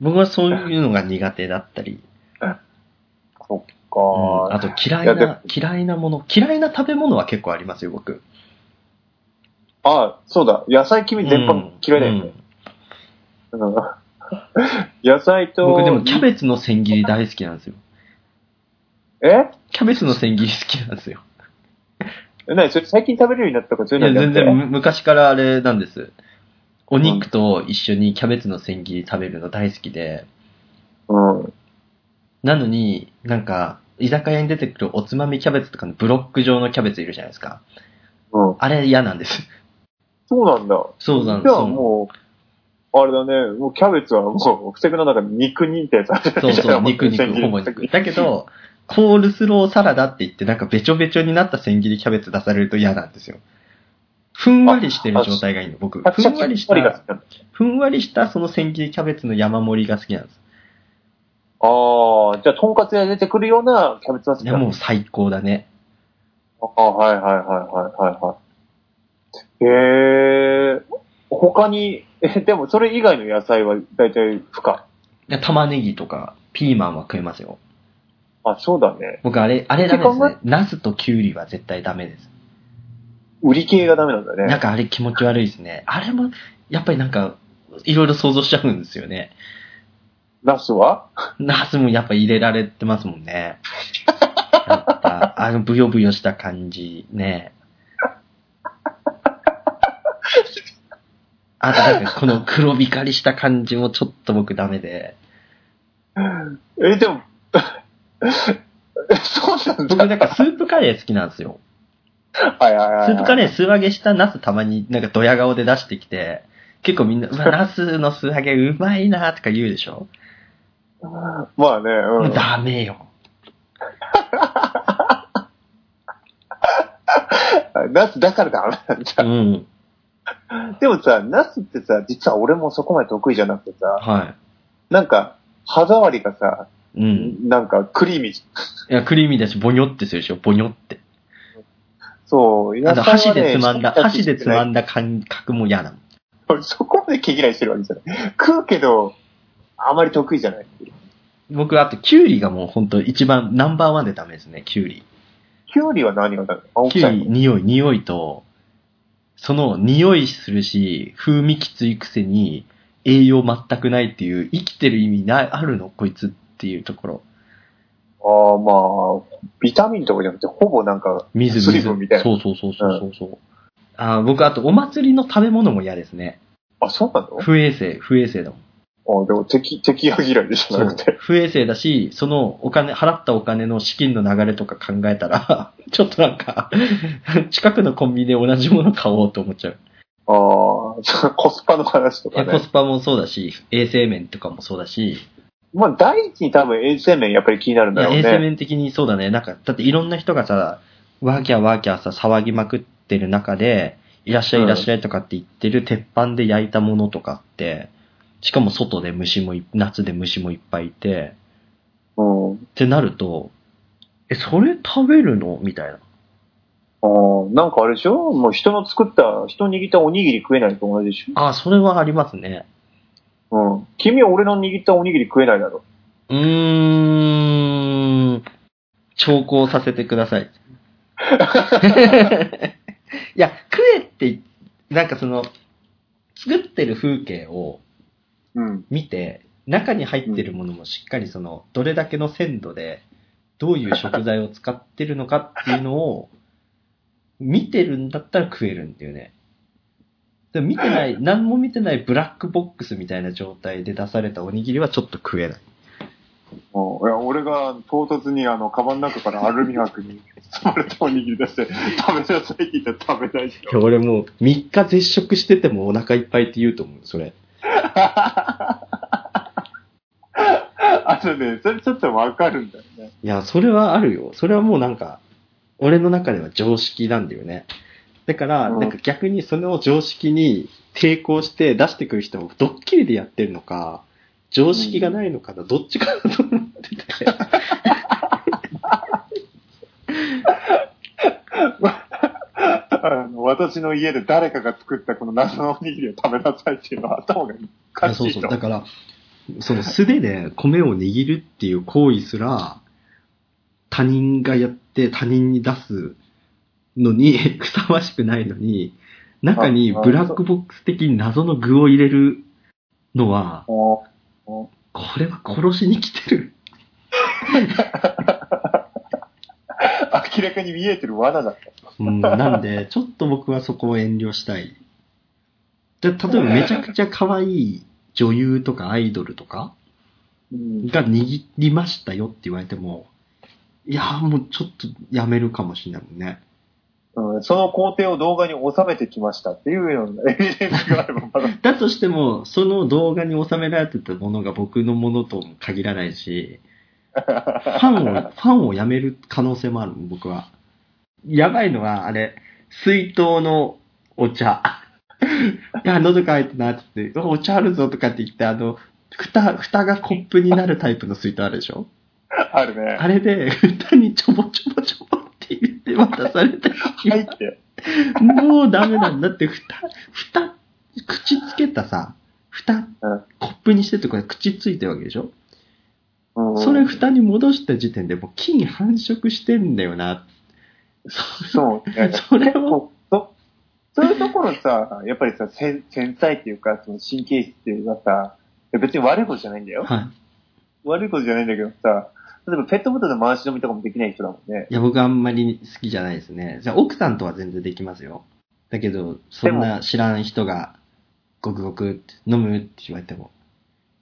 [SPEAKER 1] 僕はそういうのが苦手だったり、
[SPEAKER 2] そっ
[SPEAKER 1] うん
[SPEAKER 2] か、
[SPEAKER 1] あと嫌い
[SPEAKER 2] いや
[SPEAKER 1] な、嫌いなもの、嫌いな食べ物は結構ありますよ、僕。
[SPEAKER 2] あ、そうだ。野菜君全般嫌いだよね。うん 野菜
[SPEAKER 1] うん
[SPEAKER 2] と、
[SPEAKER 1] 僕でもキャベツの千切り大好きなんですよ。
[SPEAKER 2] え
[SPEAKER 1] キャベツの千切り好きなんですよ。
[SPEAKER 2] えなにそれ最近食べるようになったとかそう
[SPEAKER 1] い
[SPEAKER 2] いう
[SPEAKER 1] や、
[SPEAKER 2] のじゃ
[SPEAKER 1] 全
[SPEAKER 2] なくて
[SPEAKER 1] 然む昔からあれなんです。お肉と一緒にキャベツの千切り食べるの大好きで、
[SPEAKER 2] うん。
[SPEAKER 1] なのになんか、居酒屋に出てくるおつまみキャベツとかのブロック状のキャベツいるじゃないですか。
[SPEAKER 2] うん。
[SPEAKER 1] あれ嫌なんです。
[SPEAKER 2] そうなんだ。
[SPEAKER 1] そうなん
[SPEAKER 2] じ
[SPEAKER 1] です
[SPEAKER 2] ゃあ。もう、あれだね、もうキャベツはもう、不クの中に肉認定されてる
[SPEAKER 1] そう
[SPEAKER 2] みたい
[SPEAKER 1] そ
[SPEAKER 2] な
[SPEAKER 1] う、
[SPEAKER 2] もん
[SPEAKER 1] 肉肉、ほぼ肉。だけど、コールスローサラダって言って、なんかべちょべちょになった千切りキャベツ出されると嫌なんですよ。ふんわりしてる状態がいいの、僕。
[SPEAKER 2] シャ
[SPEAKER 1] ふ
[SPEAKER 2] キシャ
[SPEAKER 1] ん
[SPEAKER 2] キ
[SPEAKER 1] わりし
[SPEAKER 2] が好
[SPEAKER 1] た、
[SPEAKER 2] きなんだ
[SPEAKER 1] ふんわりしたその千切りキャベツの山盛りが好きなんです。
[SPEAKER 2] ああ、じゃあ、とんかつで出てくるようなキャベツは好き
[SPEAKER 1] い
[SPEAKER 2] な
[SPEAKER 1] や、
[SPEAKER 2] の
[SPEAKER 1] もう最高だね。
[SPEAKER 2] ああ、はいはいはいはいはいはい。へえ、他に、 え、でもそれ以外の野菜は大体不可。
[SPEAKER 1] いや玉ねぎとか、ピーマンは食えますよ。
[SPEAKER 2] あ、そうだね。
[SPEAKER 1] 僕、あれ、あれダメです
[SPEAKER 2] って
[SPEAKER 1] ね。ナスとキュウリは絶対ダメです。
[SPEAKER 2] 売り系がダメなんだ
[SPEAKER 1] なん
[SPEAKER 2] ね。
[SPEAKER 1] かあれ気持ち悪いですね。あれも、やっぱりなんか、いろいろ想像しちゃうんですよね。
[SPEAKER 2] ナスは
[SPEAKER 1] ナスもやっぱ入れられてますもんね。やっぱ、あの、ブヨブヨした感じね。あと、なんかこの黒光りした感じもちょっと僕ダメで。
[SPEAKER 2] え、でも、 そうなんだ。
[SPEAKER 1] 僕なんかスープカレー好きなんですよ。
[SPEAKER 2] はいはいはいはい。
[SPEAKER 1] スープカレー素揚げしたナスたまになんかドヤ顔で出してきて、結構みんな、うわ、ナスの素揚げうまいなとか言うでしょ、
[SPEAKER 2] まあね、う
[SPEAKER 1] も
[SPEAKER 2] ん
[SPEAKER 1] う。ダメよ。
[SPEAKER 2] ナスだからダメなんだ。
[SPEAKER 1] うん。
[SPEAKER 2] でもさ、ナスってさ、実は俺もそこまで得意じゃなくてさ、
[SPEAKER 1] は
[SPEAKER 2] なんか、歯触りがさ、
[SPEAKER 1] い。うん。
[SPEAKER 2] なんかクリーミー。
[SPEAKER 1] いや、クリーミーだし、ボニョってするでしょボニョって。
[SPEAKER 2] そう、
[SPEAKER 1] あの、箸でつまんだ、箸でつま
[SPEAKER 2] ん
[SPEAKER 1] んだ感覚も嫌なの。
[SPEAKER 2] だ。そこまで毛嫌いしてるわけじゃない。食うけど、あまり得意じゃない。
[SPEAKER 1] 僕、あと、キュウリがもう本当一番、ナンバーワンでダメですね、キュウリ。
[SPEAKER 2] キュウリは何がダメ青
[SPEAKER 1] キュウ
[SPEAKER 2] 臭
[SPEAKER 1] リ、
[SPEAKER 2] い。
[SPEAKER 1] 匂い、匂いと、その、匂いするし、風味きついくせに、栄養全くないっていう、生きてる意味ない、あるのこいつっていうところ。
[SPEAKER 2] ああ、まあ、ビタミンとかじゃなくて、ほぼなんか、
[SPEAKER 1] 水、水。
[SPEAKER 2] 水分みたいな
[SPEAKER 1] そうそうそうそうそうそう。あー僕、あと、お祭りの食べ物も嫌ですね。
[SPEAKER 2] あ、そうなの
[SPEAKER 1] 不衛生、不衛生だもん。
[SPEAKER 2] あでも敵、敵は嫌いじゃ
[SPEAKER 1] そ
[SPEAKER 2] な
[SPEAKER 1] う
[SPEAKER 2] くて。
[SPEAKER 1] 不衛生だし、そのお金、払ったお金の資金の流れとか考えたら、 ちょっとなんか、近くのコンビニで同じもの買おうと思っちゃう。
[SPEAKER 2] ああ、そう コスパの話とか
[SPEAKER 1] コ
[SPEAKER 2] ね。
[SPEAKER 1] スパもそうだし、衛生面とかもそうだし、
[SPEAKER 2] まあ、第一に多分衛生面やっぱり気になるん
[SPEAKER 1] い
[SPEAKER 2] だ
[SPEAKER 1] や、
[SPEAKER 2] ろう
[SPEAKER 1] 衛生
[SPEAKER 2] ね。
[SPEAKER 1] 面的にそうだね。なんか、だっていろんな人がさ、ワーキャーワーキャーさ、騒ぎまくってる中で、いらっしゃい
[SPEAKER 2] うん
[SPEAKER 1] いらっしゃいとかって言ってる鉄板で焼いたものとかって、しかも外で虫もい、夏で虫もいっぱいいて、
[SPEAKER 2] うん。
[SPEAKER 1] ってなると、え、それ食べるのみたいな。
[SPEAKER 2] あーなんかあれでしょもう人の作った、人握ったおにぎり食えないのと同じでし
[SPEAKER 1] あ、それはありますね。
[SPEAKER 2] ょうん。君は俺の握ったおにぎり食えないだろ。
[SPEAKER 1] うーん、調校させてください。 いや、食えって、なんかその、作ってる風景を、
[SPEAKER 2] うん。
[SPEAKER 1] 見て、中に入ってるものもしっかりその、どれだけの鮮度で、どういう食材を使ってるのかっていうのを、見てるんだったら食えるんだよね。でも見て ない、何も見てないブラックボックスみたいな状態で出されたおにぎりはちょっと食えない。
[SPEAKER 2] うんいや俺が唐突にあの、カバンの中からアルミ箔に 包まれたおにぎり出して、食べなさいって言ったら食べないでしょ。
[SPEAKER 1] 俺もう3日絶食しててもお腹いっぱいって言うと思う、それ。
[SPEAKER 2] あとね、それちょっとわかるんだよね。
[SPEAKER 1] いや、それはあるよ。それはもうなんか、俺の中では常識なんだよね。だから、
[SPEAKER 2] うん
[SPEAKER 1] なんか逆にその常識に抵抗して出してくる人もドッキリでやってるのか、常識がないのかな、どっちかなと思ってて。
[SPEAKER 2] あの私の家で誰かが作ったこの謎のおにぎりを食べなさいっていうのは頭がおかし
[SPEAKER 1] そう
[SPEAKER 2] い
[SPEAKER 1] そ
[SPEAKER 2] と。
[SPEAKER 1] う。だから、その素手で米を握るっていう行為すら、他人がやって他人に出すのに、 ふさわしくないのに、中にブラックボックス的に謎の具を入れるのは、
[SPEAKER 2] も
[SPEAKER 1] これは殺しに来てる。
[SPEAKER 2] う明らかに見えてる罠だった。
[SPEAKER 1] うん、なん で、ちょっと僕はそこを遠慮したい。で例えばめちゃくちゃ可愛い女優とかアイドルとか、
[SPEAKER 2] うん、
[SPEAKER 1] が握りましたよって言われても、いやーもうちょっとやめるかもしれないもんね。
[SPEAKER 2] その工程を動画に収めてきましたっていうようなエビデンスがあればまだ。
[SPEAKER 1] だとしても、その動画に収められてたものが僕のものとも限らないし、ファンを、ファンをやめる可能性もあるもん、僕は。やばいのは、あれ、水筒のお茶。いや、喉乾いたなって言って、お茶あるぞとかって言って、あの、蓋、蓋がコップになるタイプの水筒あるでしょ
[SPEAKER 2] あるね。
[SPEAKER 1] あれで、蓋にちょぼちょぼちょぼって言って渡された時
[SPEAKER 2] 入って。
[SPEAKER 1] もうダメなんだって、蓋、蓋、口つけたさ、蓋
[SPEAKER 2] うん、
[SPEAKER 1] コップにしててこれ口ついてるわけでしょ
[SPEAKER 2] うん
[SPEAKER 1] それ蓋に戻した時点でもう菌繁殖してんだよな。
[SPEAKER 2] そうね。
[SPEAKER 1] それを、
[SPEAKER 2] そそそういうところさ、やっぱりさ、せん繊細っていうか、その神経質っていうのはさ、いや別に悪いことじゃないんだよ。
[SPEAKER 1] は
[SPEAKER 2] 悪いことじゃないんだけどさ、例えばペットボトルの回し飲みとかもできない人だもんね。
[SPEAKER 1] い。いや、僕あんまり好きじゃないですね。じゃあ奥さんとは全然できますよ。だけど、そんな知らん人が、ごくごくって飲むって言われても。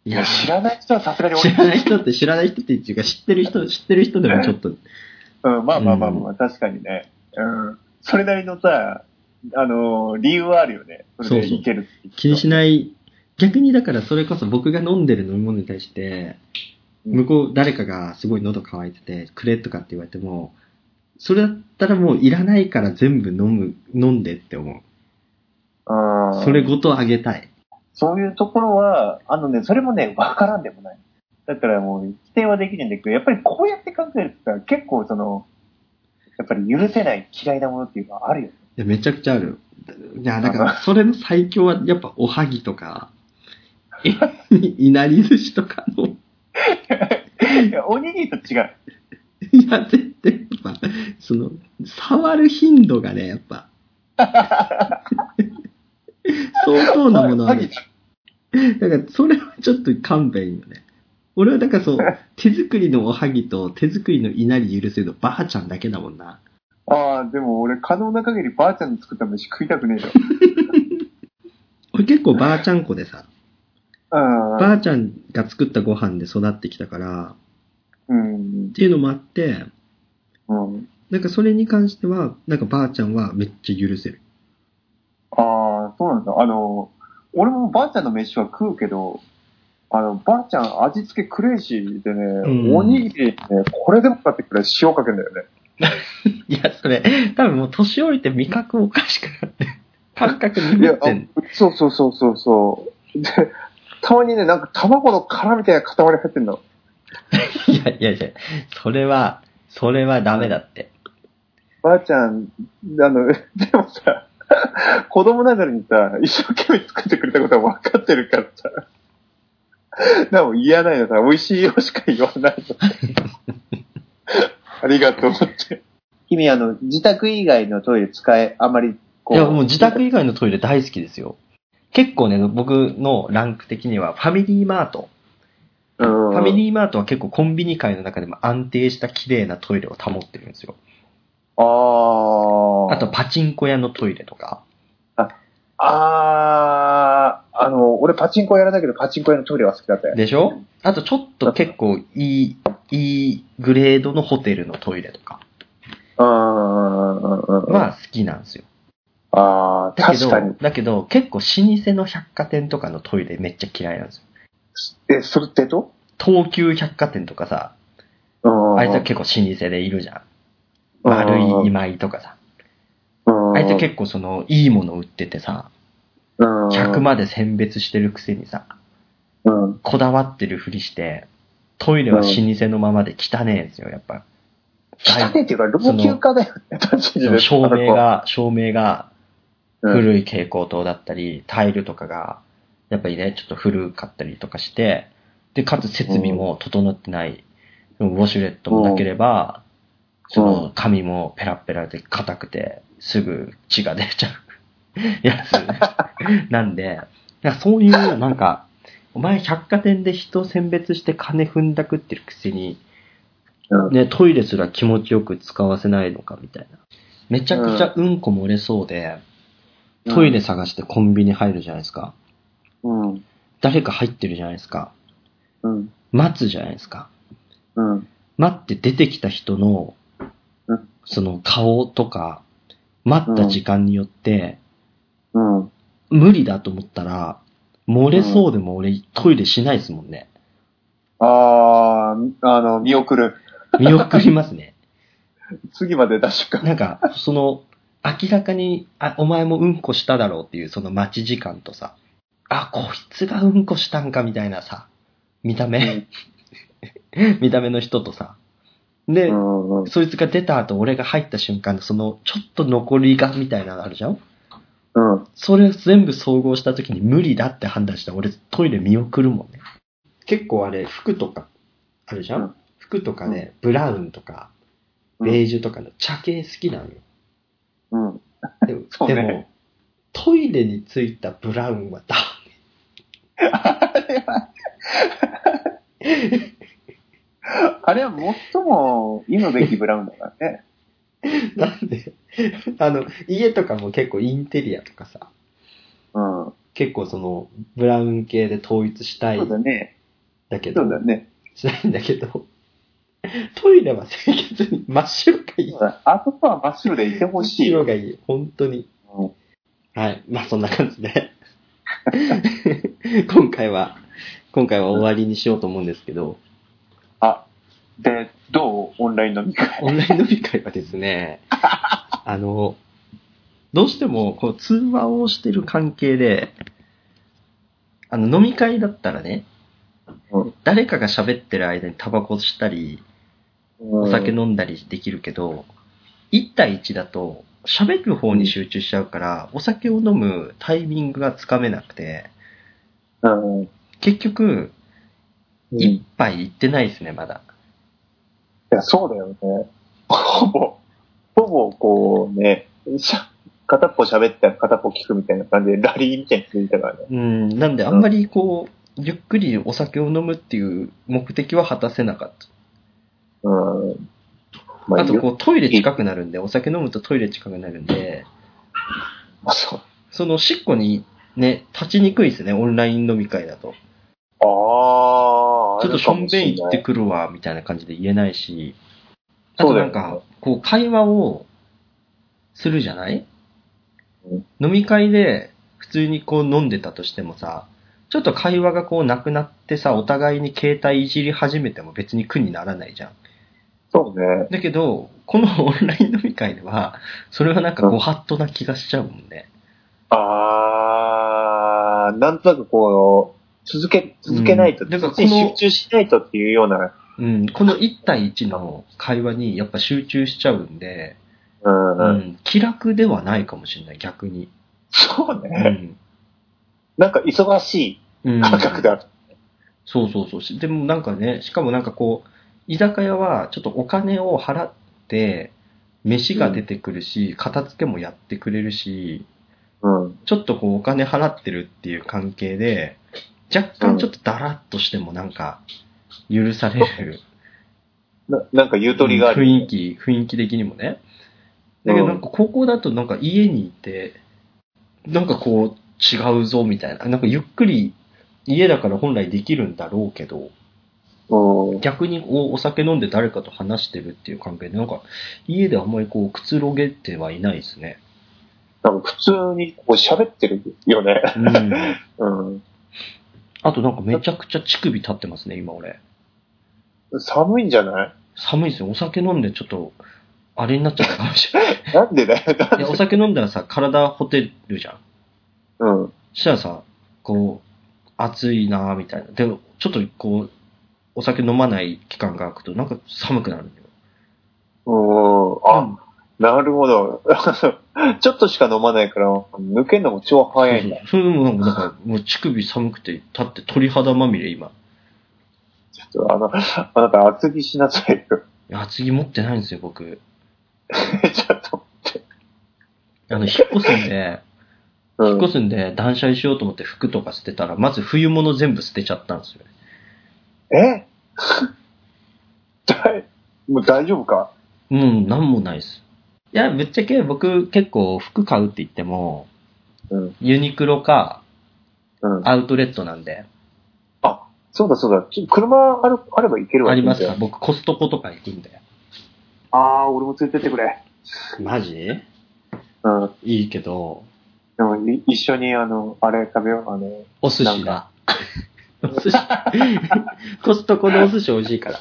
[SPEAKER 1] い
[SPEAKER 2] い
[SPEAKER 1] や
[SPEAKER 2] や、、知らない人はさすがに
[SPEAKER 1] 知
[SPEAKER 2] 俺、
[SPEAKER 1] らない人って知らない人っていうか、知ってる人、知ってる人でもちょっと、
[SPEAKER 2] うん、まあまあまあまあ、確かにね。うん。それなりのさ、あのー理由はあるよね。それ
[SPEAKER 1] そう
[SPEAKER 2] で
[SPEAKER 1] そう
[SPEAKER 2] いけるっていう
[SPEAKER 1] 気にしない。逆にだからそれこそ僕が飲んでる飲み物に対して、
[SPEAKER 2] うん
[SPEAKER 1] 向こう誰かがすごい喉乾いてて、くれとかって言われても、それだったらもういらないから全部飲む、飲んでって思
[SPEAKER 2] うん
[SPEAKER 1] う。それごとあげたい。
[SPEAKER 2] そういうところは、あのね、それもね、わからんでもない。だからもう、否定はできないんだけど、やっぱりこうやって考えるとさ、結構その、やっぱり許せない嫌いなものっていうのはあるよね。
[SPEAKER 1] いや、めちゃくちゃある。いや、だからそれの最強はやっぱおはぎと か、いなり寿司とかの、
[SPEAKER 2] いやおにぎりと違う。
[SPEAKER 1] いや、絶対やっぱ、その、触る頻度がね、やっ ぱ。相当なものある。だから、それはちょっと勘弁よね。俺はだからそう、手作りのおはぎと手作りの稲荷許せるのばあちゃんだけだもんな。
[SPEAKER 2] ああ、でも俺、可能な限りばあちゃんの作った飯食いたくねえよ。
[SPEAKER 1] 俺結構ばあちゃん子でさ、
[SPEAKER 2] うん。
[SPEAKER 1] ばあちゃんが作ったご飯で育ってきたから、
[SPEAKER 2] うん
[SPEAKER 1] っ。ていうのもあって、
[SPEAKER 2] うん。
[SPEAKER 1] なんかそれに関しては、なんかばあちゃんはめっちゃ許せる。
[SPEAKER 2] ああ、そうなんだ。あの、俺もばあちゃんの飯は食うけど、あの、ばあちゃん味付けクレイジーでね、
[SPEAKER 1] ん
[SPEAKER 2] おにぎりね、これでもかってくらい塩かけるんだよね。
[SPEAKER 1] いや、それ、多分もう年老いて味覚おかしくなって、感覚に
[SPEAKER 2] い
[SPEAKER 1] な
[SPEAKER 2] や
[SPEAKER 1] ってん、
[SPEAKER 2] そうそうそうそうそう。で、たまにね、なんか卵の殻みたいな塊入ってんの。
[SPEAKER 1] いやいやいや、それは、それはダメだって。
[SPEAKER 2] ばあちゃん、あの、 でもさ、子供ながらにさ、一生懸命作ってくれたことは分かってるからさ、でも言わないのさ、美味しいよしか言わな いの。ありがとうって。君、あの、自宅以外のトイレ使え、あまり、
[SPEAKER 1] いや、もう自宅以外のトイレ大好きですよ。結構ね、僕のランク的にはファミリーマート。
[SPEAKER 2] うん、
[SPEAKER 1] フ
[SPEAKER 2] フ
[SPEAKER 1] ァミリーマートは結構コンビニ界の中でも安定した綺麗なトイレを保ってるんですよ。
[SPEAKER 2] ああ。
[SPEAKER 1] あと、パチンコ屋のトイレとか。
[SPEAKER 2] ああ、あの、俺パチンコやらないけど、パチンコ屋のトイレは好きだったよ。
[SPEAKER 1] でしょあとちょっと結構いい、いいグレードのホテルのトイレとか
[SPEAKER 2] うんうんうんうんうん。
[SPEAKER 1] は好きなんですよ。
[SPEAKER 2] ああ、
[SPEAKER 1] だけど
[SPEAKER 2] 確かに。、
[SPEAKER 1] だけど結構老舗の百貨店とかのトイレめっちゃ嫌いなんですよ。
[SPEAKER 2] え、それってと
[SPEAKER 1] 東急百貨店とかさ、
[SPEAKER 2] うん
[SPEAKER 1] あいつは結構老舗でいるじゃん。
[SPEAKER 2] うん
[SPEAKER 1] 悪い今井とかさ。あいつは
[SPEAKER 2] 結
[SPEAKER 1] 結構その、いいもの売っててさ、
[SPEAKER 2] 構
[SPEAKER 1] 客まで選別してるくせにさ、
[SPEAKER 2] うん。
[SPEAKER 1] こだわってるふりして、トイレは老舗のままで汚ねえんですよ、やっぱ。
[SPEAKER 2] 汚いっていうか、老朽化だよね、確か
[SPEAKER 1] そ
[SPEAKER 2] に
[SPEAKER 1] の
[SPEAKER 2] ね。
[SPEAKER 1] 照明が、照明が
[SPEAKER 2] あの子、
[SPEAKER 1] 古い蛍光灯だったり、タイルとかが、やっぱりね、ちょっと古かったりとかして、で、かつ設備も整ってない、ウォシュレットもなければ、その髪もペラペラで硬くて、すぐ血が出ちゃう やつ。なんで、なんかそういう、なんか、お前百貨店で人選別して金踏んだくってるくせに、
[SPEAKER 2] うん
[SPEAKER 1] ね、トイレすら気持ちよく使わせないのかみたいな。めちゃくちゃうんこ漏れそうで、
[SPEAKER 2] うん
[SPEAKER 1] トイレ探してコンビニ入るじゃないですか。
[SPEAKER 2] うん。
[SPEAKER 1] 誰か入ってるじゃないですか。
[SPEAKER 2] うん。
[SPEAKER 1] 待つじゃないですか。
[SPEAKER 2] うん。
[SPEAKER 1] 待って出てきた人の
[SPEAKER 2] うん、
[SPEAKER 1] その顔とか、待った時間によって、
[SPEAKER 2] うん。
[SPEAKER 1] 無理だと思ったら、漏れそうでも俺トイレしないですもんね。
[SPEAKER 2] ああ、あの、見送る。
[SPEAKER 1] 見送りますね。
[SPEAKER 2] 次まで出しとくか。
[SPEAKER 1] なんか、その、明らかに、あ、お前もうんこしただろうっていう、その待ち時間とさ、あ、こいつがうんこしたんかみたいなさ、見た目、見た目の人とさ、で、
[SPEAKER 2] うんうん
[SPEAKER 1] そいつが出た後、俺が入った瞬間のその、ちょっと残りがみたいなのあるじゃん
[SPEAKER 2] うん。
[SPEAKER 1] それ全部総合した時に無理だって判断したら俺トイレ見送るもんね。結構あれ、服とか、あるじゃん、
[SPEAKER 2] うん
[SPEAKER 1] 服とかね、ブラウンとか、
[SPEAKER 2] うん
[SPEAKER 1] ベージュとかの茶系好きなのよ。
[SPEAKER 2] うん。
[SPEAKER 1] で も
[SPEAKER 2] そうね
[SPEAKER 1] でも、トイレについたブラウンはダ
[SPEAKER 2] あれは最も、意のべきブラウンだからね。
[SPEAKER 1] メ。 なんで、 あの、家とかも結構インテリアとかさ、
[SPEAKER 2] うん。
[SPEAKER 1] 結構その、ブラウン系で統一したい
[SPEAKER 2] そうんだね。
[SPEAKER 1] だけど、
[SPEAKER 2] そうだね。
[SPEAKER 1] しないんだけど、トイレは清潔に真っ白がいい
[SPEAKER 2] そう。だあそこは真っ白でいてほしい。
[SPEAKER 1] 白がいい、本当に。
[SPEAKER 2] うん
[SPEAKER 1] はい。まあそんな感じで。 今回は、今回は終わりにしようと思うんですけど、
[SPEAKER 2] あ、で、どうオンライン飲み会。
[SPEAKER 1] オンライン飲み会はです ね、あの、どうしてもこう通話をしてる関係で、あの飲み会だったらね、
[SPEAKER 2] うん
[SPEAKER 1] 誰かが喋ってる間にタバコしたり、
[SPEAKER 2] お
[SPEAKER 1] お酒飲んだりできるけど、1対1だと、喋る方に集中しちゃうから、お酒を飲むタイミングがつかめなくて、
[SPEAKER 2] うん。
[SPEAKER 1] 結局、
[SPEAKER 2] うん
[SPEAKER 1] 一杯行ってないですね、まだ。
[SPEAKER 2] いや、そうだよね。ほぼ、ほぼこうね、しゃ片っぽ喋ったら片っぽ聞くみたいな感じで、ラリーみたいに続いたからね。
[SPEAKER 1] うん、なんであんまりこう、ゆっくりお酒を飲むっていう目的は果たせなかった。
[SPEAKER 2] うん。ま
[SPEAKER 1] あとこ
[SPEAKER 2] よ
[SPEAKER 1] う、トイレ近くなるんで、お酒飲むとトイレ近くなるんで、
[SPEAKER 2] あそう。
[SPEAKER 1] その、しっこにね、立ちにくいですね、オンライン飲み会だと。
[SPEAKER 2] ああ
[SPEAKER 1] ちょっとしょんべん行ってくるわ、みたいな感じで言えないし、あとなん
[SPEAKER 2] そうだよ
[SPEAKER 1] か、こう、会話をするじゃない、
[SPEAKER 2] うん
[SPEAKER 1] 飲み会で、普通にこう飲んでたとしてもさ、ちょっと会話がこうなくなってさ、お互いに携帯いじり始めても別に苦にならないじゃん。
[SPEAKER 2] そうね。
[SPEAKER 1] だけど、この オンライン飲み会では、それはなんかご法度な気がしちゃうもんね。
[SPEAKER 2] あー、なんとなくこう、続け、続けないと、
[SPEAKER 1] うんだからこ
[SPEAKER 2] そっ
[SPEAKER 1] の
[SPEAKER 2] ちに集中しないとっていうような、
[SPEAKER 1] うん、この1対1の会話にやっぱ集中しちゃうんで、
[SPEAKER 2] うん、
[SPEAKER 1] うん気楽ではないかもしれない、逆に。
[SPEAKER 2] そう
[SPEAKER 1] う
[SPEAKER 2] ね。
[SPEAKER 1] ん。
[SPEAKER 2] なんか忙し
[SPEAKER 1] うん
[SPEAKER 2] い感覚だ。
[SPEAKER 1] そうそうそうし。でもなんかね、しかもなんかこう、居酒屋はちょっとお金を払って、飯が出てくるし、片付けもやってくれるし、
[SPEAKER 2] うん。
[SPEAKER 1] ちょっとこうお金払ってるっていう関係で、若干ちょっとダラッとしてもなんか、許される。
[SPEAKER 2] ななんかゆとりがある。
[SPEAKER 1] 雰囲気、雰囲気的にもね。だけどなんか高校だとなんか家にいて、なんかこう違うぞみたいな。なんかゆっくり家だから本来できるんだろうけど、
[SPEAKER 2] うん。
[SPEAKER 1] 逆にこうお酒飲んで誰かと話してるっていう関係で、なんか家であんまりこうくつろげてはいないですね。
[SPEAKER 2] なんか普通にこう喋ってるよね。
[SPEAKER 1] うん。
[SPEAKER 2] うん。
[SPEAKER 1] あとなんかめちゃくちゃ乳首立ってますね、今俺。
[SPEAKER 2] 寒いんじゃない
[SPEAKER 1] 寒いですよ。お酒飲んでちょっと、あれになっちゃったかもしれない。
[SPEAKER 2] なんでだよ。なん
[SPEAKER 1] い
[SPEAKER 2] で
[SPEAKER 1] や、お酒飲んだらさ、体ほてるじゃん。
[SPEAKER 2] うん。
[SPEAKER 1] そしたらさ、こう、暑いなぁみたいな。でも、ちょっとこう、お酒飲まない期間が空くと、なんか寒くなるんだよ。
[SPEAKER 2] うん。あ、なるほど。 ちょっとしか飲まないから、抜けるのも超早いんだ。
[SPEAKER 1] そうそう。それでもなんか、なんかもう乳首寒くて、立って鳥肌まみれ、今。
[SPEAKER 2] ちょっとあの、あなた厚着しなさいよ。
[SPEAKER 1] いや厚着持ってないんですよ、僕。
[SPEAKER 2] ちょっと。
[SPEAKER 1] あの、引っ越すん で、
[SPEAKER 2] う
[SPEAKER 1] 引っ
[SPEAKER 2] ん。
[SPEAKER 1] 越すんで、断捨離しようと思って服とか捨てたら、まず冬物全部捨てちゃったんですよ。
[SPEAKER 2] え 大もう大丈夫か
[SPEAKER 1] うん、なんもないです。いや、ぶっちゃけ僕結構服買うって言っても、
[SPEAKER 2] うん。
[SPEAKER 1] ユニクロか
[SPEAKER 2] うん。
[SPEAKER 1] アウトレットなんで、
[SPEAKER 2] そうだそうだ。ちょ車あるあればいけるわ。
[SPEAKER 1] ありますか僕、コストコとか行くんで。
[SPEAKER 2] ああー、俺も連れてってくれ。
[SPEAKER 1] マジ
[SPEAKER 2] うん。
[SPEAKER 1] いいけど、
[SPEAKER 2] でもい一緒にあの、あれ食べよう。あの、
[SPEAKER 1] お寿司だ。 お寿司。 コストコのお寿司美味しいから。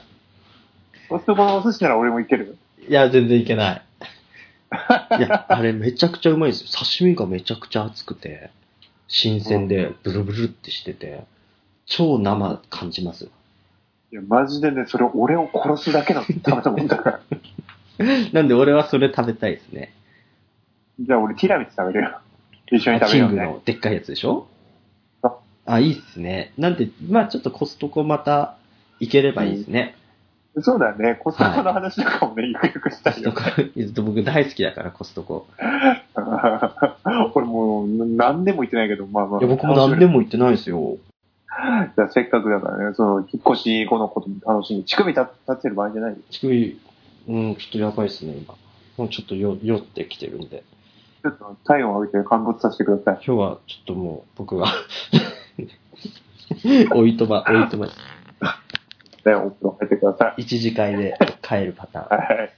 [SPEAKER 2] コストコのお寿司なら俺もいける。
[SPEAKER 1] いや、全然いけない。 いや、あれめちゃくちゃうまいですよ。刺身がめちゃくちゃ熱くて、新鮮でブルブルってしてて、超生感じます。
[SPEAKER 2] いや、マジでね、それ俺を殺すだけの 食べたもんだから。
[SPEAKER 1] なんで俺はそれ食べたいですね。
[SPEAKER 2] じゃあ俺ティラミス食べるよ。一緒に食べ
[SPEAKER 1] チ
[SPEAKER 2] よ
[SPEAKER 1] ン
[SPEAKER 2] う
[SPEAKER 1] グ
[SPEAKER 2] ね。
[SPEAKER 1] のでっかいやつでしょ
[SPEAKER 2] あ
[SPEAKER 1] あ、いいっすね。なんで、まあちょっとコストコまた行ければいいですね。
[SPEAKER 2] そうだね、コストコの話とかもね、ゆくゆくした
[SPEAKER 1] コス
[SPEAKER 2] い
[SPEAKER 1] ト
[SPEAKER 2] よ。
[SPEAKER 1] コ、僕大好きだから、コストコ。
[SPEAKER 2] 俺もう何年も行ってないけど、まあまあ。
[SPEAKER 1] いや、僕も何年も行ってないですよ。
[SPEAKER 2] じゃあせっかくだからね、その、引っ越し後のことも楽しみ。乳首立ってる場合じゃないよ。
[SPEAKER 1] 乳首、うん、ちょっとやばいですね、今。もうちょっとよ酔ってきてるんで。
[SPEAKER 2] ちょっと体温を上げて陥没させてください。
[SPEAKER 1] 今日はちょっともう、僕は。 おいとま、おいとまです。
[SPEAKER 2] ね、お風呂入ってください。
[SPEAKER 1] 一時会で帰るパターン。
[SPEAKER 2] はい。